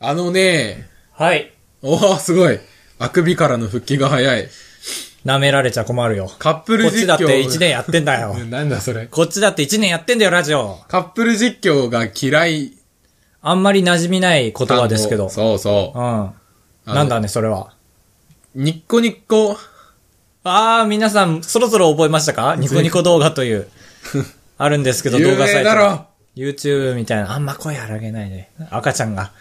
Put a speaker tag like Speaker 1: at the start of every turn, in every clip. Speaker 1: あのね、
Speaker 2: はい。
Speaker 1: おーすごい。あくびからの復帰が早い。
Speaker 2: 舐められちゃ困るよ。
Speaker 1: カップル
Speaker 2: こっち
Speaker 1: 実況。
Speaker 2: だって1年やってんだよ。
Speaker 1: なんだそれ。
Speaker 2: こっちだって1年やってんだよ、ラジオ。
Speaker 1: カップル実況が嫌い。
Speaker 2: あんまり馴染みない言葉ですけど。。
Speaker 1: そうそう
Speaker 2: ん。なんだね、それは。
Speaker 1: う。ニッコニッコ。
Speaker 2: あー、皆さん、そろそろ覚えましたかニコニコ動画 という、あるんですけど、動
Speaker 1: 有
Speaker 2: 画サ
Speaker 1: 名
Speaker 2: イ
Speaker 1: だ
Speaker 2: ト。
Speaker 1: ろ。
Speaker 2: YouTube みたいな。あんま声荒げないで。赤ちゃんが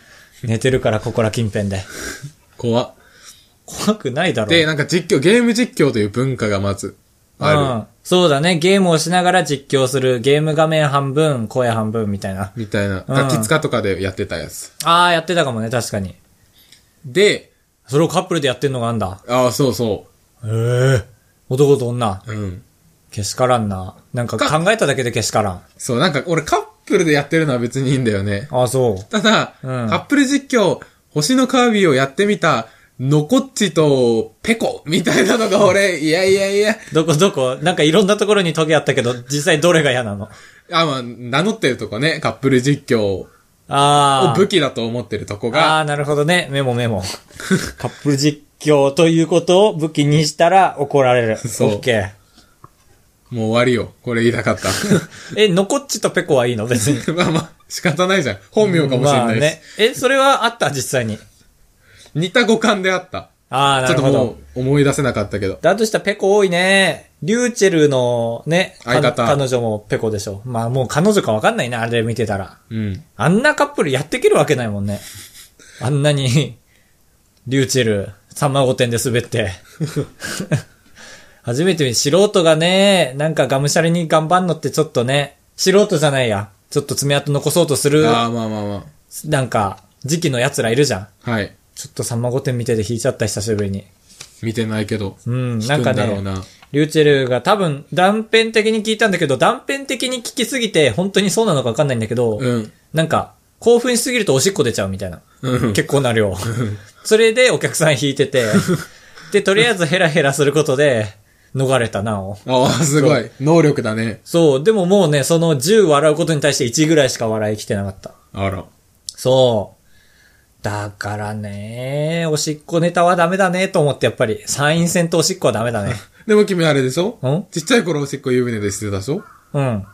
Speaker 2: 寝てるから、ここら近 辺で。
Speaker 1: 怖っ
Speaker 2: 怖くないだろ。
Speaker 1: で、なんか実況、ゲーム実況という文化がまず、ある。
Speaker 2: うん。そうだね。ゲームをしながら実況する。ゲーム画面半分、声半分みたいな。
Speaker 1: みたいな。
Speaker 2: うん
Speaker 1: ガキ使とかでやってたやつ。
Speaker 2: あー、やってたかもね、確かに。
Speaker 1: で、
Speaker 2: それをカップルでやってんのがあんだ。
Speaker 1: ああ、そうそ
Speaker 2: ええ男と女。
Speaker 1: う。うん。
Speaker 2: けしからんな。なんか考えただけでけしからん。
Speaker 1: そう、なんか俺カップルでやってるのは別にいいんだよね。
Speaker 2: あ、そう。
Speaker 1: ただ、
Speaker 2: うん
Speaker 1: カップル実況、星のカービィをやってみた、ノコッチとペコみたいなのが俺、いやいやいや、
Speaker 2: どこどこなんかいろんなところにトゲあったけど、実際どれが嫌なの
Speaker 1: あ、まあ、名乗ってるとこね、カップル実況を
Speaker 2: ああ。
Speaker 1: 武器だと思ってるとこ
Speaker 2: あ
Speaker 1: が、
Speaker 2: あ、なるほどね。メモ メモ。カップル実況ということを武器にしたら怒られる。
Speaker 1: そう
Speaker 2: オッケ
Speaker 1: もう終わりよ。これ言いたか った。
Speaker 2: ー。え、ノコッチとペコはいい の別に。
Speaker 1: まあまあ、仕方ないじゃん。本名かもしれな
Speaker 2: まあ
Speaker 1: いし。
Speaker 2: ね。え、それはあった実際に。
Speaker 1: 似た五感であった。
Speaker 2: ああ、な
Speaker 1: ちょっ
Speaker 2: る
Speaker 1: と
Speaker 2: ほ
Speaker 1: も
Speaker 2: ど。
Speaker 1: う思い出せなかったけど。
Speaker 2: だとしたらペコ多いね。リューチェルのね、か
Speaker 1: 相方
Speaker 2: 彼女もペコでしょ。まあもう彼女かわかんないな、あれ見てたら。
Speaker 1: うん。
Speaker 2: あんなカップルやってけるわけないもんね。あんなに、リューチェル、さんま御殿で滑って。 初めて見素人がね、なんかがむしゃらに頑張んのってちょっとね、素人じゃないや。ちょっと爪痕残そうとする、
Speaker 1: ああ、まあまあま
Speaker 2: なんか、時期の奴らいるじゃん。
Speaker 1: あ。はい。
Speaker 2: ちょっとさんま御殿見てて引いちゃった、久しぶりに。
Speaker 1: 見てないけど。
Speaker 2: うん、
Speaker 1: 聞
Speaker 2: なん
Speaker 1: く
Speaker 2: か
Speaker 1: んだろう
Speaker 2: ね、
Speaker 1: な。
Speaker 2: リューチェルが多分断片的に聞いたんだけど、断片的に聞きすぎて、本当にそうなのかわかんないんだけど、
Speaker 1: うん。
Speaker 2: なんか、興奮しすぎるとおしっこ出ちゃうみたいな。
Speaker 1: うん。
Speaker 2: 結構な量。それでお客さん引いてて、 で、とりあえずヘラヘラすることで、逃れたなお。
Speaker 1: ああ、すごい。能力だね。
Speaker 2: そう、でももうね、その10笑うことに対して1ぐらいしか笑い来てなかった。
Speaker 1: あら。
Speaker 2: そう。だからね、おしっこネタはダメだね、と思ってやっぱり、参院選とおしっこはダメだね。
Speaker 1: でも君あれでしょ
Speaker 2: ん
Speaker 1: ちっちゃい頃おしっこ湯船でしてたでしょ
Speaker 2: うん。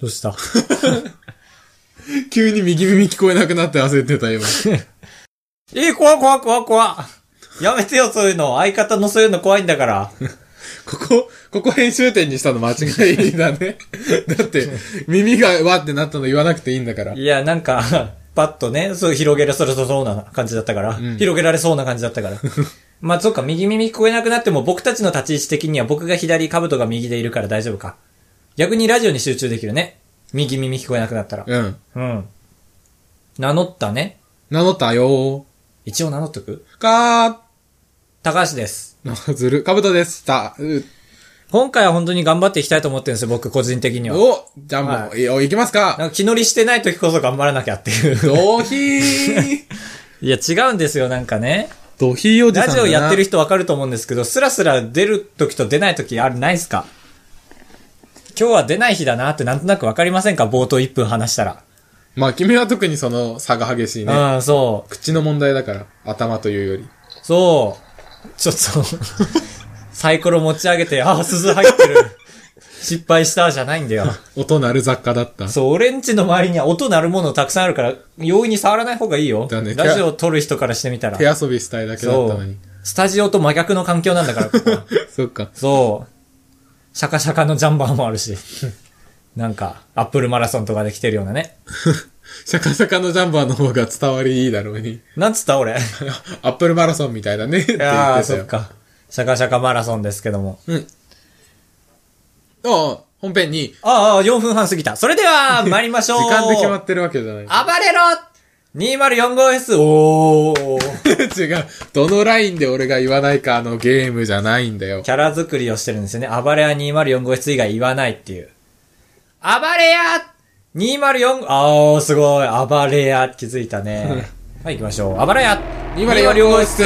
Speaker 2: どうした
Speaker 1: 急に右耳聞こえなくな って焦ってた今。
Speaker 2: えー、怖い怖い怖い怖いやめてよ、そういうの。相方のそういうの怖いんだから。
Speaker 1: ここ、ここ編集点にしたの間違いだね。 だって、耳がわってなったの言わなくていいんだから。
Speaker 2: いや、なんか、パッとね、そう広げられそうな感じだったから、
Speaker 1: ん
Speaker 2: 広げられそうな感じだったから。まあ、そっか、右耳聞こえなくなっても僕たちの立ち位置的には僕が左、カブトが右でいるから大丈夫か。逆にラジオに集中できるね。右耳聞こえなくなったら。
Speaker 1: うん。
Speaker 2: うん。名乗ったね。
Speaker 1: 名乗ったよ
Speaker 2: 一応名乗っとく
Speaker 1: ー。か
Speaker 2: 高橋です。
Speaker 1: ー。なずる、かぶとでした。う
Speaker 2: 今回は本当に頑張っていきたいと思ってるんですよ、僕個人的には。
Speaker 1: おじゃあもう、、
Speaker 2: はい
Speaker 1: おいきますか
Speaker 2: なんか気乗りしてない時こそ頑張らなきゃって いう。
Speaker 1: ドヒー
Speaker 2: いや、違うんですよ、なんかね。
Speaker 1: ドヒーおじさん
Speaker 2: ラ
Speaker 1: だ
Speaker 2: ジ
Speaker 1: な
Speaker 2: オやってる人わかると思うんですけど、スラスラ出る時と出ない時あるないっすか今日は出ない日だなってなんとなくわかりませんか冒頭1分話したら。
Speaker 1: まあ君は特にその差が激しいね。
Speaker 2: うん、そう。
Speaker 1: 口の問題だから、頭というより。
Speaker 2: そう。ちょ っと、サイコロ持ち上げて、ああ、鈴入ってる。失敗したじゃないんだよ。
Speaker 1: 音鳴る雑貨だった。
Speaker 2: そう、俺んちの周りには音鳴るものたくさんあるから、容易に触らない方がいいよ。
Speaker 1: だね
Speaker 2: ラジオを撮る人からしてみたら
Speaker 1: 手。遊びしたいだけだっ
Speaker 2: そ
Speaker 1: たの
Speaker 2: う
Speaker 1: に。。
Speaker 2: スタジオと真逆の環境なんだから、ここ は
Speaker 1: そっか。
Speaker 2: そう。シャカシャカのジャンバーもあるし。なんか、アップルマラソンとかで来てるようなね。
Speaker 1: シャカシャカのジャンバーの方が伝わりいいだろうに。
Speaker 2: なんつった俺。い
Speaker 1: アップルマラソンみたいだねって言って
Speaker 2: やー、
Speaker 1: た
Speaker 2: そ
Speaker 1: よ
Speaker 2: っ。か。シャカシャカマラソンですけども。
Speaker 1: うん。ああ、本編に、
Speaker 2: ああ、4分半過ぎた。それ では、参りましょう。
Speaker 1: 時間で決まってるわけじゃない。
Speaker 2: 暴れろ !204 5おー。
Speaker 1: 違う。どのラインで俺が言わないかのゲームじゃないんだよ。
Speaker 2: キャラ作りをしてるんですよね。暴れ屋204 5室以外言わないっていう。暴れ屋 !204、あー、すごい。暴れ屋気づいた ね。はい、行きましょう。暴れ屋
Speaker 1: 204号室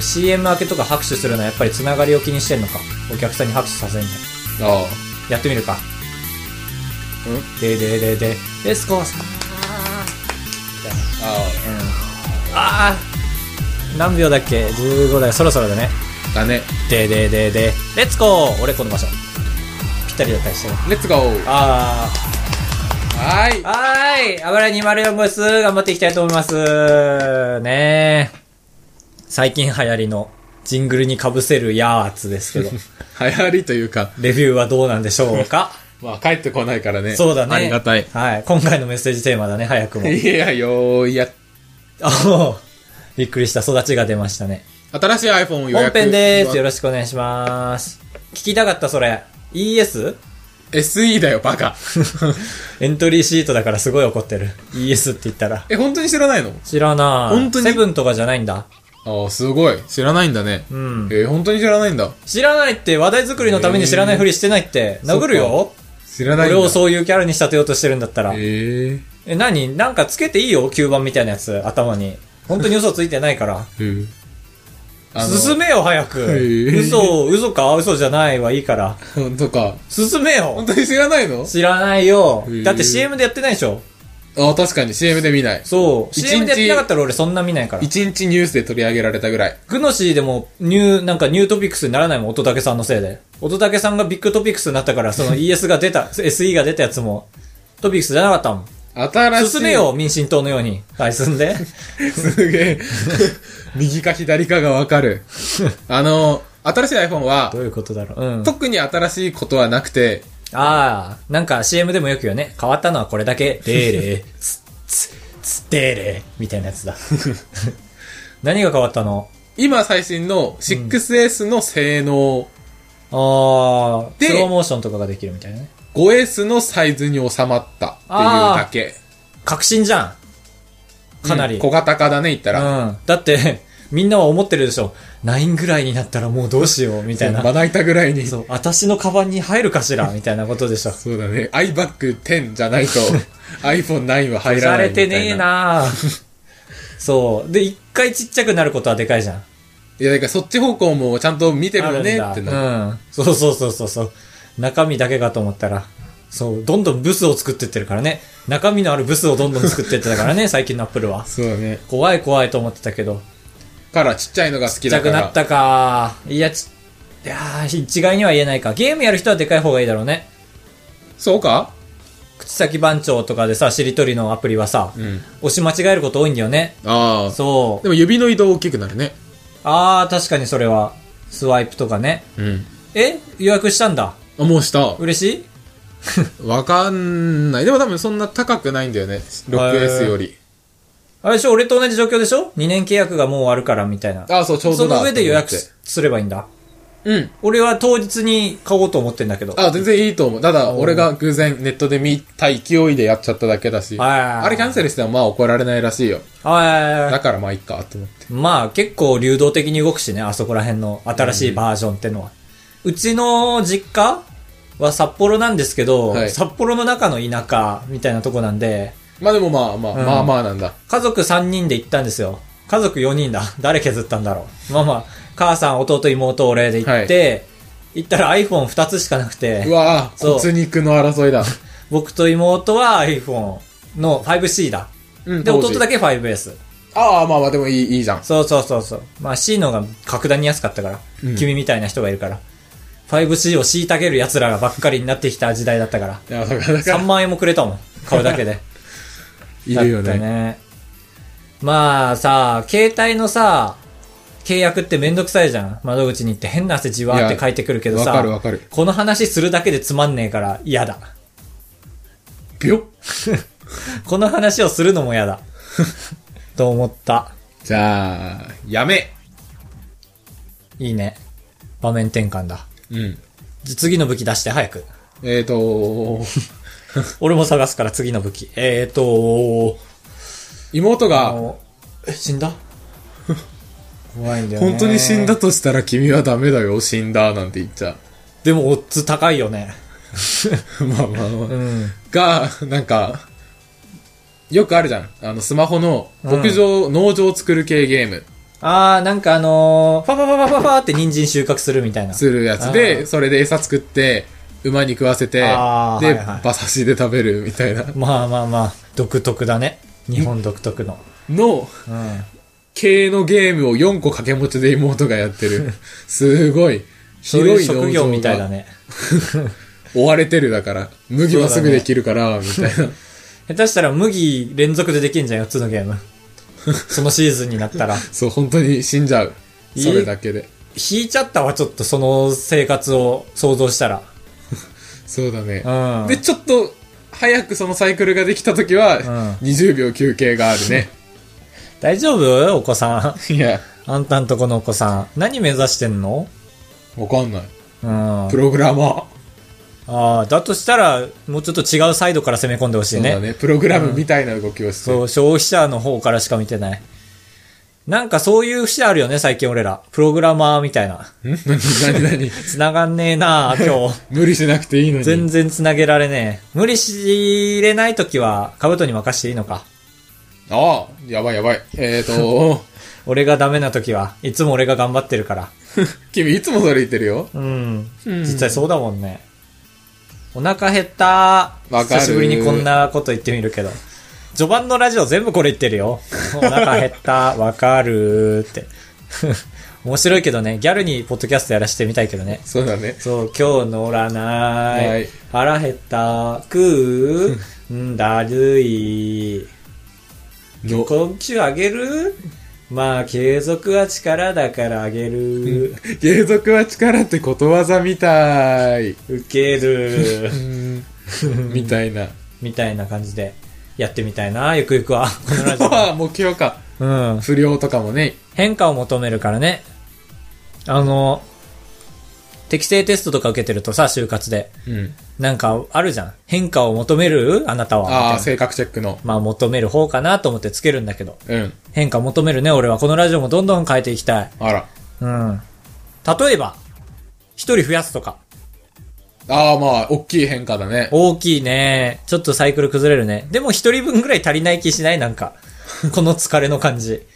Speaker 2: CM 明けとか拍手するのはやっぱりつながりを気にしてんのか。お客さんに拍手させんの。
Speaker 1: あ
Speaker 2: やってみるか。でででで、エスコーさん。
Speaker 1: あ
Speaker 2: ああ何秒だっけ ?15 だよ。そろそろだね。
Speaker 1: あ。だね。
Speaker 2: でででで、レッツゴー俺この場所。ぴったりだったりしてる。
Speaker 1: レッツゴー
Speaker 2: ああ。
Speaker 1: はーい。
Speaker 2: はーい。あばら204号室、頑張っていきたいと思います。ねえ。最近流行りのジングルに被せるやーつで すけど、
Speaker 1: 流行りというか、
Speaker 2: レビューはどうなんでしょう か
Speaker 1: まあ帰ってこないからね。
Speaker 2: そうだね。
Speaker 1: ありがたい。
Speaker 2: はい。今回のメッセージテーマだね、早くも。
Speaker 1: いや、よーいや。
Speaker 2: あおうびっくりした。育ちが出ましたね。
Speaker 1: 新しい iPhone を予
Speaker 2: 本
Speaker 1: 約
Speaker 2: 編です。
Speaker 1: ろ
Speaker 2: よろしくお願いします。聞きたかった、それ。ES?
Speaker 1: SE だよ、バ カ。
Speaker 2: エントリーシートだからすごい怒ってる。ES って言ったら。
Speaker 1: え、本当に知らないの
Speaker 2: 知らない。
Speaker 1: 本当に
Speaker 2: セブンとかじゃないんだ。
Speaker 1: ああ、すごい。知らないんだね。
Speaker 2: うん。
Speaker 1: えー、本当に知らないんだ。
Speaker 2: 知らないって話題作りのために知らないふりしてないって、殴るよ
Speaker 1: 知らないん
Speaker 2: 俺
Speaker 1: だ。
Speaker 2: をそういうキャラに仕立てようとしてるんだったら。
Speaker 1: えー
Speaker 2: え、何なんかつけていいよ吸盤みたいなやつ、頭に。本当に嘘ついてないから。
Speaker 1: えー。あの
Speaker 2: 進めよ、早く。
Speaker 1: ー
Speaker 2: 嘘を、嘘か、嘘じゃないはいいから。
Speaker 1: 本当か。
Speaker 2: 進めよ
Speaker 1: 本。当に知らないの
Speaker 2: 知らないよ
Speaker 1: へ。ー
Speaker 2: だって CM でやってないでしょ
Speaker 1: ああ、確かに CM で見ない。
Speaker 2: そう。
Speaker 1: 一日
Speaker 2: CM でやってなかったら俺そんな見ないから。
Speaker 1: 一日ニュースで取り上げられたぐらい。
Speaker 2: グノシーでも、ニュー、なんかニュートピックスにならないもん、乙武さんのせいで。乙武さんがビッグトピックスになったから、その ES が出た、SE が出たやつも、トピックスじゃなかったもん。
Speaker 1: 新しい。
Speaker 2: 進め。よ、民進党のように。はい、進んで。
Speaker 1: すげえ。右か左かがわかる。あの、新しい iPhone は
Speaker 2: ど、ういうことだろう。うん。
Speaker 1: 特に新しいことはなくて、
Speaker 2: ああ、なんか CM でもよくよね。変わったのはこれだけ。デーレ ー、つ、つ、つ、デーレー、みたいなやつだ。 何が変わったの
Speaker 1: 今最新の 6S の性能、
Speaker 2: ああ、
Speaker 1: で
Speaker 2: スローモーションとかができるみたいなね。
Speaker 1: 5S のサイズに収まったっていうだけ。
Speaker 2: 革新じゃん。かなり。
Speaker 1: うん小型化だね、言ったら。
Speaker 2: うん。だって、みんなは思ってるでしょ。9ぐらいになったらもうどうしよう、みたいな
Speaker 1: ま。な板ぐらいに。そ
Speaker 2: そう、私のカバンに入るかしら、みたいなことでしょ。
Speaker 1: うだね。iBac 10じゃないと iPhone9 は入
Speaker 2: さ
Speaker 1: らない
Speaker 2: れ
Speaker 1: みた
Speaker 2: て
Speaker 1: いな。
Speaker 2: ねえな そう。で、一回ちっちゃくなることはでかいじゃん。
Speaker 1: いや、だからそっち方向もちゃんと見て
Speaker 2: あ
Speaker 1: るよ
Speaker 2: るん
Speaker 1: ね
Speaker 2: だ。
Speaker 1: ってな。
Speaker 2: うん。そうそうそうそうそう。中身だけかと思ったら。そう、どんどんブスを作ってってるからね。中身のあるブスをどんどん作ってってたからね、最近のアップルは。
Speaker 1: そうだね。
Speaker 2: 怖い怖いと思ってたけど。
Speaker 1: からちっちゃいのが好
Speaker 2: ち
Speaker 1: き
Speaker 2: っちゃ
Speaker 1: だか
Speaker 2: くな
Speaker 1: ら
Speaker 2: っ。たか。いや、ち、いやー一概には言えないか。ゲームやる人はでかい方がいいだろうね。
Speaker 1: そうか
Speaker 2: 口先番長とかでさ、しりとりのアプリはさ、
Speaker 1: うん。
Speaker 2: 押し間違えること多いんだよね。
Speaker 1: ああ。
Speaker 2: そう
Speaker 1: で。も指の移動大きくなるね。
Speaker 2: あー、確かにそれは。スワイプとかね。
Speaker 1: うん。
Speaker 2: え予約したんだ。
Speaker 1: あ、もうした。
Speaker 2: 嬉しい
Speaker 1: わかんない。でも多分そんな高くないんだよね。6S より。
Speaker 2: あれでしょ俺と同じ状況でしょ ?2 年契約がもう終わるからみたいな。
Speaker 1: ああ、そう、ちょう
Speaker 2: そ
Speaker 1: どだ。
Speaker 2: の上で予約
Speaker 1: と思って
Speaker 2: すすればいいんだ。
Speaker 1: うん。
Speaker 2: 俺は当日に買おうと思ってんだけど。
Speaker 1: あ、全然いいと思う。ただ、俺が偶然ネットで見た勢いでやっちゃっただけだし。
Speaker 2: はいはいはい
Speaker 1: あれキャンセルしてもまあ怒られないらしいよ。
Speaker 2: あ
Speaker 1: だからまあいいかと思って。
Speaker 2: まあ結構流動的に動くしね、あそこら辺の新しいバージョンってのは。うちの実家は札幌なんですけど、
Speaker 1: はい
Speaker 2: 札幌の中の田舎みたいなとこなんで、
Speaker 1: まあでもまあまあ、
Speaker 2: ん
Speaker 1: まあまあなんだ。
Speaker 2: 家族3人で行ったんですよ。家族4人だ。 誰削ったんだろう。まあまあ、母さん、弟、妹、俺で行って、行ったら iPhone2 つしかなくて。
Speaker 1: うわぁ、
Speaker 2: そう
Speaker 1: 骨肉の争いだ。
Speaker 2: 僕と妹は iPhone の 5C だ。
Speaker 1: うん
Speaker 2: で、弟だ
Speaker 1: け。
Speaker 2: け 5S。
Speaker 1: ああ、まあまあでもいい、いいじゃん。
Speaker 2: そうそうそうそう。まあ C のが格段に安かったから。
Speaker 1: うん
Speaker 2: 君みたいな人がいるから。5C を虐げる奴らがばっかりになってきた時代だっ たから。
Speaker 1: いや、だから、だから、
Speaker 2: 3万円もくれたもん。買うだけで。
Speaker 1: いるよ
Speaker 2: だった
Speaker 1: ね。
Speaker 2: ね。まあさ、携帯のさ、契約ってめんどくさいじゃん。窓口に行って変な汗じわーって書いてくるけど
Speaker 1: わ
Speaker 2: さ。
Speaker 1: かるわかる。
Speaker 2: この話するだけでつまんねえから嫌だ。
Speaker 1: ぴょっ
Speaker 2: この話をするのも 嫌だ。と思った。
Speaker 1: じゃあ、やめ。
Speaker 2: いいね。場面転換だ。
Speaker 1: うん。
Speaker 2: じゃ次の武器出して早く。
Speaker 1: えーと ー、
Speaker 2: 俺も探すから次の武器。えーとー
Speaker 1: 妹
Speaker 2: あ
Speaker 1: が、
Speaker 2: の、え、死んだ 怖いんだよね。
Speaker 1: 本当に死んだ。としたら君はダメだよ、死んだ、なんて言っちゃ
Speaker 2: でもオッズ高いよね。
Speaker 1: う。 まあまあま
Speaker 2: う
Speaker 1: あ。
Speaker 2: ん。
Speaker 1: が、なんか、よくあるじゃん。あの、スマホの牧場、農場を作る系ゲーム
Speaker 2: あー、なんかあのー、ファファファファファって人参収穫するみたいな。
Speaker 1: するやつ
Speaker 2: あ
Speaker 1: で、
Speaker 2: ー
Speaker 1: それで餌作って、馬に食わせて、で、
Speaker 2: あーはいはい
Speaker 1: 馬刺しで食べるみたいな
Speaker 2: まあまあまあ、独特だね。日本独特の。
Speaker 1: の、
Speaker 2: うん。
Speaker 1: 系のゲームを4個掛け持ちで妹がやって る。すごい。
Speaker 2: そういう
Speaker 1: 広い農場が
Speaker 2: 職業みたいだね。
Speaker 1: 追われてるだから。麦はすぐできるから、みたい な。
Speaker 2: 下手したら麦連続でできんじゃん、4つのゲーム。 そのシーズンになったら。
Speaker 1: そう、本当に死んじゃう。
Speaker 2: いい
Speaker 1: それだけで。
Speaker 2: 引いちゃったわ、ちょっとその生活を想像したら。
Speaker 1: そうだね。
Speaker 2: うん。
Speaker 1: で、ちょっと、早くそのサイクルができた時は、20秒休憩があるね。
Speaker 2: 大丈夫お子さ
Speaker 1: いや、
Speaker 2: ん。あんたんとこのお子さん。何目指してんの
Speaker 1: わかんない。
Speaker 2: うん。あ
Speaker 1: プログラマー。
Speaker 2: あー、だとしたら、もうちょっと違うサイドから攻め込んでほし
Speaker 1: そう
Speaker 2: い
Speaker 1: だ
Speaker 2: ね。
Speaker 1: ね。プログラムみたいな動きをして。
Speaker 2: そう、消費者の方からしか見てない。なんかそういう節あるよね、最近俺ら。プログラマーみたいな。
Speaker 1: ん 何何何
Speaker 2: 繋がんね えなあ今日。
Speaker 1: 無理しなくていいのに。
Speaker 2: 全然繋げられねえ。無理しれないときは、カブトに任していいのか。
Speaker 1: ああ、やばいやばい。えーと、
Speaker 2: 俺がダメなときは、いつも俺が頑張ってるから。
Speaker 1: 君いつもそれ言ってるよ。
Speaker 2: うん。
Speaker 1: うん
Speaker 2: 実際そうだもんね。お腹減った
Speaker 1: わかる
Speaker 2: 久しぶりにこんなこと言ってみるけど。序盤のラジオ全部これ言ってるよ。お腹減 った、わかるーって。 面白いけどね、ギャルにポッドキャストやらせてみたいけどね。
Speaker 1: そうだね。
Speaker 2: そう、今日乗らない。
Speaker 1: はい
Speaker 2: 腹減った、食うんだるい。
Speaker 1: の、
Speaker 2: 今週あげるまあ、継続は力だからあげる。
Speaker 1: 継続は力ってことわざみたい。
Speaker 2: 受ける。
Speaker 1: みたいな。
Speaker 2: みたいな感じでやってみたいな、ゆくゆくは。このラ ジ
Speaker 1: ああ、目標か。
Speaker 2: オ。うん。
Speaker 1: 不良とかもね。
Speaker 2: 変化を求めるからね。あの、適正テストとか受けてるとさ、就活で。
Speaker 1: うん。
Speaker 2: なんか、あるじゃん。変化を求めるあなたは。
Speaker 1: ああ、
Speaker 2: みたいな
Speaker 1: 性格チェックの。
Speaker 2: まあ、求める方かなと思ってつけるんだけど。
Speaker 1: うん。
Speaker 2: 変化求めるね、俺は。このラジオもどんどん変えていきたい。
Speaker 1: あら。
Speaker 2: うん。例えば、一人増やすとか。
Speaker 1: ああ、まあ、大きい変化だね。
Speaker 2: 大きいね。ちょっとサイクル崩れるね。でも一人分ぐらい足りない気しないなんか。 この疲れの感じ。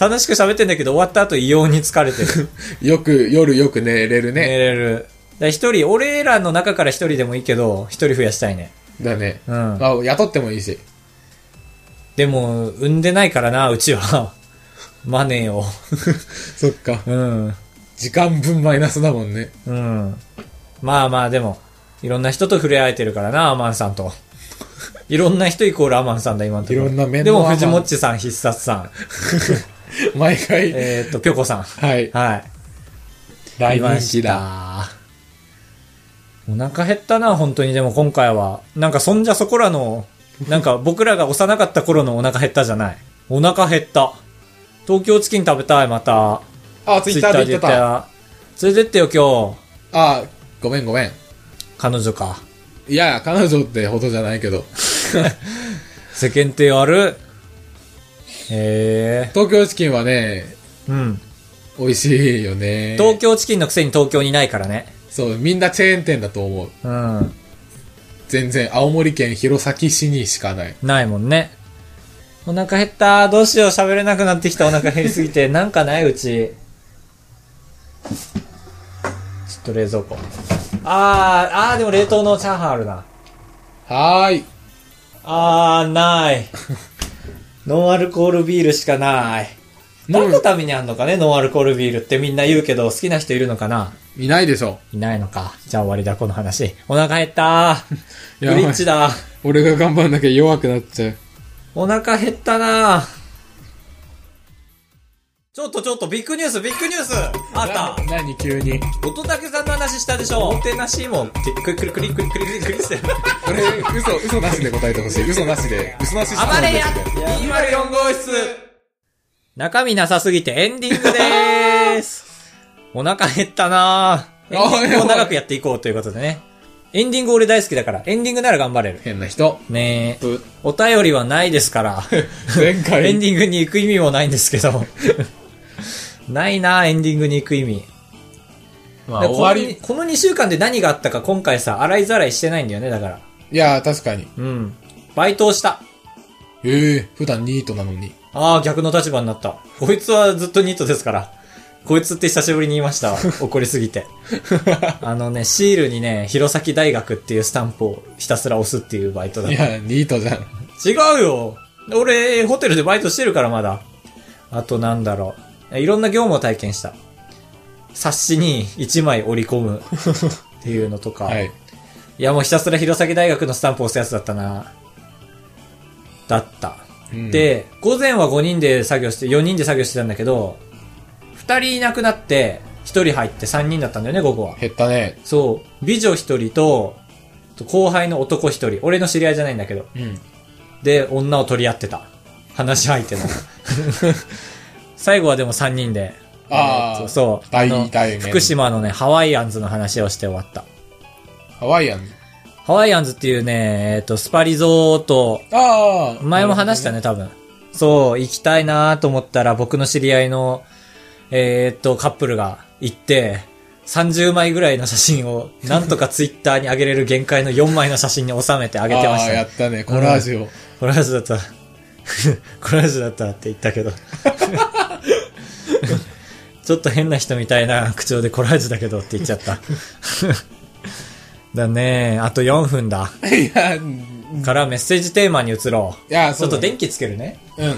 Speaker 2: 楽しく喋ってんだけど終わった後異様に疲れて る。
Speaker 1: よく、夜よく寝れる
Speaker 2: 寝
Speaker 1: ね。
Speaker 2: れる。だから一人、俺らの中から一人でもいいけど、一人増やしたいね。
Speaker 1: だね。
Speaker 2: うん
Speaker 1: まあ、雇ってもいいし。
Speaker 2: でも、産んでないからな、うちは。 マネーを。
Speaker 1: そっか。
Speaker 2: うん。
Speaker 1: 時間分マイナスだもんね。
Speaker 2: うん。まあまあ、でも、いろんな人と触れ合えてるからな、アマンさんと。いろんな人イコールアマンさんだ、今のところ。
Speaker 1: いろんな面の
Speaker 2: で
Speaker 1: ア
Speaker 2: も、
Speaker 1: マン
Speaker 2: 藤もっちさん、必殺さん。
Speaker 1: 毎回。
Speaker 2: え ーっと、ぴょこさん。
Speaker 1: はい。
Speaker 2: はい。
Speaker 1: 大
Speaker 2: いま
Speaker 1: 人気
Speaker 2: し
Speaker 1: だ。
Speaker 2: た。お腹減ったな、本当に。でも今回は。なんかそんじゃそこらの、なんか僕らが幼かった頃のお腹減ったじゃない。お腹減った。東京チキン食べたい、また。
Speaker 1: あ、ツイッターで言ってた。あ
Speaker 2: た。連れてってよ、今日。
Speaker 1: あ、ごめんごめん。
Speaker 2: 彼女か。
Speaker 1: いや、彼女ってほどじゃないけど。
Speaker 2: 世間体あるへえ。
Speaker 1: 東京チキンはね、
Speaker 2: うん。
Speaker 1: 美味しいよね。
Speaker 2: 東京チキンのくせに東京にないからね。
Speaker 1: そう、みんなチェーン店だと思う。
Speaker 2: うん。
Speaker 1: 全然、青森県弘前市にしかない。
Speaker 2: ないもんね。お腹減った。どうしよう。喋れなくなってきた。お腹減りすぎて。なんかないうち。ちょっと冷蔵庫。あー、あーでも冷凍のチャーハンあるな。
Speaker 1: はーい。
Speaker 2: あー、ない。ノンアルコールビールしかない。何のためにあんのかね、ノンアルコールビールってみんな言うけど、好きな人いるのかない
Speaker 1: ないでしょ。
Speaker 2: いないのか。じゃあ終わりだ、この話。お腹減ったー。
Speaker 1: や
Speaker 2: ブリッジだ。
Speaker 1: 俺が頑張んなきゃ弱くなっちゃう。
Speaker 2: お腹減ったなぁちょっとちょっと、ビッグニュース、ビッグニュースあった
Speaker 1: な何急に。
Speaker 2: 乙武さんの話したでしょおもてなしいもん。ってクリクリクリクリクリクリクリしてる。
Speaker 1: これ、嘘、嘘なしで答えてほしい。嘘なしで。嘘なし
Speaker 2: 暴れや
Speaker 1: で
Speaker 2: !204 号室中身なさすぎてエンディングでーすお腹減ったなぁエンディングを長くやっていこうということでね。エンディング俺大好きだから、エンディングなら頑張れる。
Speaker 1: 変な人。
Speaker 2: ねえ
Speaker 1: ぶ。
Speaker 2: お便りはないですから。
Speaker 1: 前
Speaker 2: エン
Speaker 1: 回、
Speaker 2: ディングに行く意味もないんで すけど。ないなぁエンディングに行く意味。
Speaker 1: ま
Speaker 2: だ
Speaker 1: あ、
Speaker 2: から
Speaker 1: 終わり。
Speaker 2: このこの2週間で何があったか今回さ、洗いざらいしてないんだよね、だから。
Speaker 1: いや、確かに。
Speaker 2: うん。バイトをした。
Speaker 1: ええ普段ニートなのに。
Speaker 2: ああ、逆の立場になった。こいつはずっとニートですから。こいつって久しぶりに言い ました。怒りすぎて。あのね、シールにね、弘前大学っていうスタンプをひたすら押すっていうバイトだっ
Speaker 1: い
Speaker 2: た。
Speaker 1: や、ニートじゃん。
Speaker 2: 違うよ俺、ホテルでバイトしてるからまだ。あとなんだろう。えいろんな業務を体験した。冊子に1枚折り込むっていうのとか。、
Speaker 1: はいい。
Speaker 2: やもうひたすら弘前大学のスタンプを押すやつだったな。だった。
Speaker 1: うん、
Speaker 2: で、午前は5人で作業して、4人で作業してたんだけど、2人いなくなって、1人入って3人だったんだよね、午後は。
Speaker 1: 減ったね。
Speaker 2: そう、美女1人と、と後輩の男1人。俺の知り合いじゃないんだけど。
Speaker 1: うん。
Speaker 2: で、女を取り合ってた。話し 相手の。最後はでも3人で。
Speaker 1: あー
Speaker 2: のそう。
Speaker 1: 大
Speaker 2: あの
Speaker 1: 大変
Speaker 2: 福島のね、ハワイアンズの話をして終わった。
Speaker 1: ハワイアン。
Speaker 2: ハワイアンズっていうね、えっ、と、スパリゾート、
Speaker 1: ああ。
Speaker 2: 前も話したね、多分。そう、行きたいなと思ったら、僕の知り合いの、えーっと、カップルが行って、30枚ぐらいの写真を、なんとかツイッターに上げれる限界の4枚の写真に収めて上げてまし
Speaker 1: あ
Speaker 2: た
Speaker 1: あ、や
Speaker 2: ね。
Speaker 1: ったね。コラージュを。
Speaker 2: コラージュだ った。コラージュだったって言ったけど。 ちょっと変な人みたいな口調でコラージュだけどって言っちゃった。 だねあと4分だ。
Speaker 1: いや、うん
Speaker 2: からメッセージテーマに移ろう。
Speaker 1: いや
Speaker 2: ちょ
Speaker 1: そう
Speaker 2: っ
Speaker 1: だ
Speaker 2: と
Speaker 1: ね
Speaker 2: 電気つけるね。
Speaker 1: うん。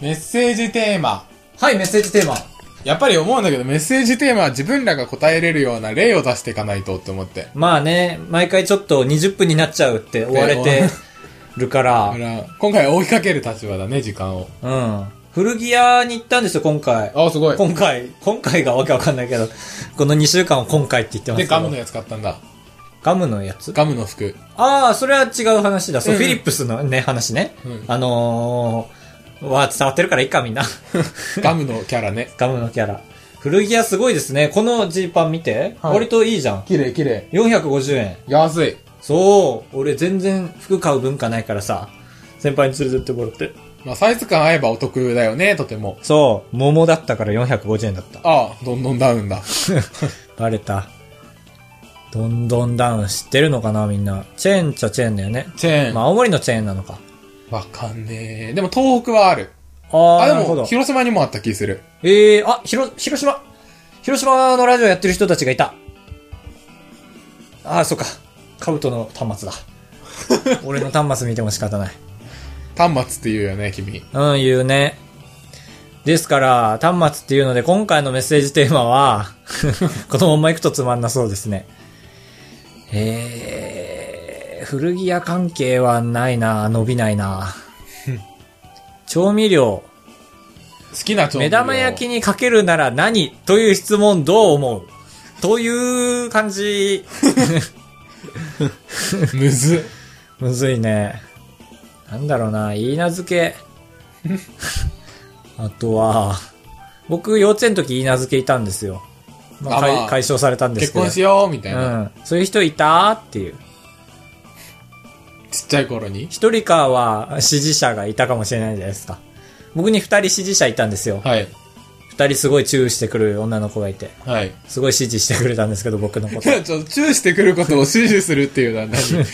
Speaker 1: メッセージテーマ。
Speaker 2: はい、メッセージテーマ。
Speaker 1: やっぱり思うんだけど、メッセージテーマは自分らが答えれるような例を出していかないとって思って。
Speaker 2: まあね、毎回ちょっと20分になっちゃうって追われてるか
Speaker 1: だ
Speaker 2: ら
Speaker 1: か、ら、今回追いかける立場だね、時間を。
Speaker 2: うん。古着屋に行ったんですよ、今回。
Speaker 1: ああ、すごい。
Speaker 2: 今回、今回がわけわかんないけど、この2週間を今回って言ってます
Speaker 1: で、
Speaker 2: けど
Speaker 1: ガムのやつ買ったんだ。
Speaker 2: ガムのやつ
Speaker 1: ガムの服。
Speaker 2: ああ、それは違う話だ。そう、
Speaker 1: うん
Speaker 2: フィリップスのね、話ね。
Speaker 1: うん
Speaker 2: あのー、は伝わってるからいいか、み んな。
Speaker 1: ガムのキャラね。
Speaker 2: ガムのキャラ。古着屋すごいですね。このジーパン見て。
Speaker 1: はい
Speaker 2: 割といいじゃ ん。
Speaker 1: 綺麗綺麗。
Speaker 2: 450円。
Speaker 1: 安い。
Speaker 2: そう、俺全然服買う文化ないからさ、先輩に連れてってもらって。
Speaker 1: まあ、サイズ感合えばお得だよね、とても。
Speaker 2: そう、桃だったから450円だった。
Speaker 1: ああ、どんどんダウンだ。
Speaker 2: バレた。どんどんダウン知ってるのかなみんな。チェーンっちゃチェーンだよね。
Speaker 1: チェーン。
Speaker 2: まあ、
Speaker 1: わ、
Speaker 2: 青森のチェーンなのか。
Speaker 1: かんねえ。でも東北はある。
Speaker 2: あ
Speaker 1: あ、
Speaker 2: あ、
Speaker 1: で
Speaker 2: なるほ
Speaker 1: も、
Speaker 2: ど。
Speaker 1: 広島にもあった気する。
Speaker 2: ええー、あ、ひろ、広島広島のラジオやってる人たちがいた。ああ、そっか。カブトの端末だ。俺の端末見ても仕方ない。
Speaker 1: 端末って言うよね、君。
Speaker 2: うん、言うね。ですから、端末っていうので、今回のメッセージテーマは、 このままいくとつまんなそうですね。えー、古着屋関係はないな、伸びないな。調味料、
Speaker 1: 好きな調味料。
Speaker 2: 目玉焼きにかけるなら何という質問どう思うという感じ。
Speaker 1: き。むず。
Speaker 2: むずいね。なんだろうな、いいなずけ。 あとは、僕、幼稚園の時、いいなずけいたんですよ。まあ、
Speaker 1: あ
Speaker 2: 解
Speaker 1: まあ
Speaker 2: 解消されたんです
Speaker 1: 結
Speaker 2: けど。
Speaker 1: 婚しよう、みたいうな。
Speaker 2: ん。そういう人いたっていう。
Speaker 1: ちっちゃい頃に。
Speaker 2: 一人かは支持者がいたかもしれないじゃないですか。僕に二人支持者いたんですよ。
Speaker 1: はい。
Speaker 2: 二人すごいチューしてくる女の子がいて。
Speaker 1: はい。
Speaker 2: すごい支持してくれたんですけど、僕のこ
Speaker 1: い
Speaker 2: と。
Speaker 1: や、ちょ、チューしてくることを指示するっていうのは何政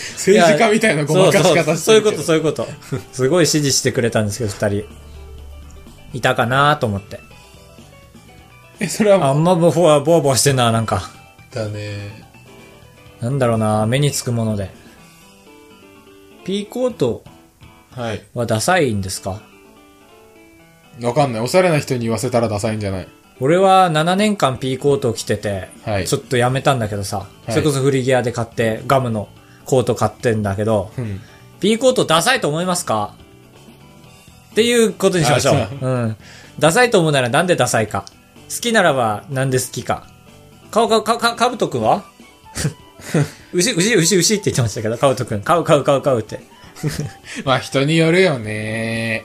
Speaker 1: 治家みたいなごまかし方してるけ
Speaker 2: そうそう
Speaker 1: ど
Speaker 2: そういうこと、そういうこと。すごい支持してくれたんですけど、二人。いたかなと思って。
Speaker 1: え、それは
Speaker 2: あ
Speaker 1: もうん
Speaker 2: まボフはボーボーしてんな、なんか。
Speaker 1: だね。
Speaker 2: なんだろうな、目につくもので。ピーコート
Speaker 1: はい。
Speaker 2: はダサいんですか
Speaker 1: わかんない。おしゃれな人に言わせたらダサいんじゃない
Speaker 2: 俺は7年間ピーコートを着てて、
Speaker 1: はい
Speaker 2: ちょっとやめたんだけどさ、
Speaker 1: い
Speaker 2: それこそフリギアで買って、ガムのコート買ってんだけど、
Speaker 1: うん。
Speaker 2: ピーコートダサいと思いますかっていうことにしましょう
Speaker 1: あ。
Speaker 2: うん。ダサいと思うならなんでダサいか。好きならばなんで好きか。かおか、か、か、かぶとくん は牛、牛、牛、牛って言ってましたけど、かぶとくん。買う、買う、買う、買うって。
Speaker 1: まあ人によるよね。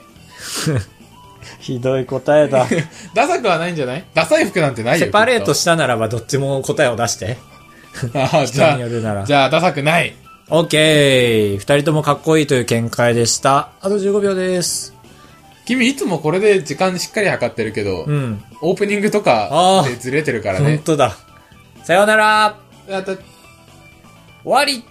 Speaker 2: ひどい答え だ。
Speaker 1: ダサくはないんじゃないダサい服なんてないよ。
Speaker 2: セパレート
Speaker 1: き
Speaker 2: したならばどっちも答えを出して。
Speaker 1: っとああ、じ
Speaker 2: 人
Speaker 1: ゃ
Speaker 2: によるな
Speaker 1: あ、
Speaker 2: ら
Speaker 1: じ。ゃあダサくない。
Speaker 2: オッケー。二人ともかっこいいという見解でした。あと15秒です。
Speaker 1: 君いつもこれで時間しっかり測ってるけど、
Speaker 2: うん。
Speaker 1: オープニングと
Speaker 2: あ
Speaker 1: か
Speaker 2: ー
Speaker 1: でずれてるから
Speaker 2: 本
Speaker 1: ね。
Speaker 2: 当だ。さようなら。
Speaker 1: あと
Speaker 2: 終わり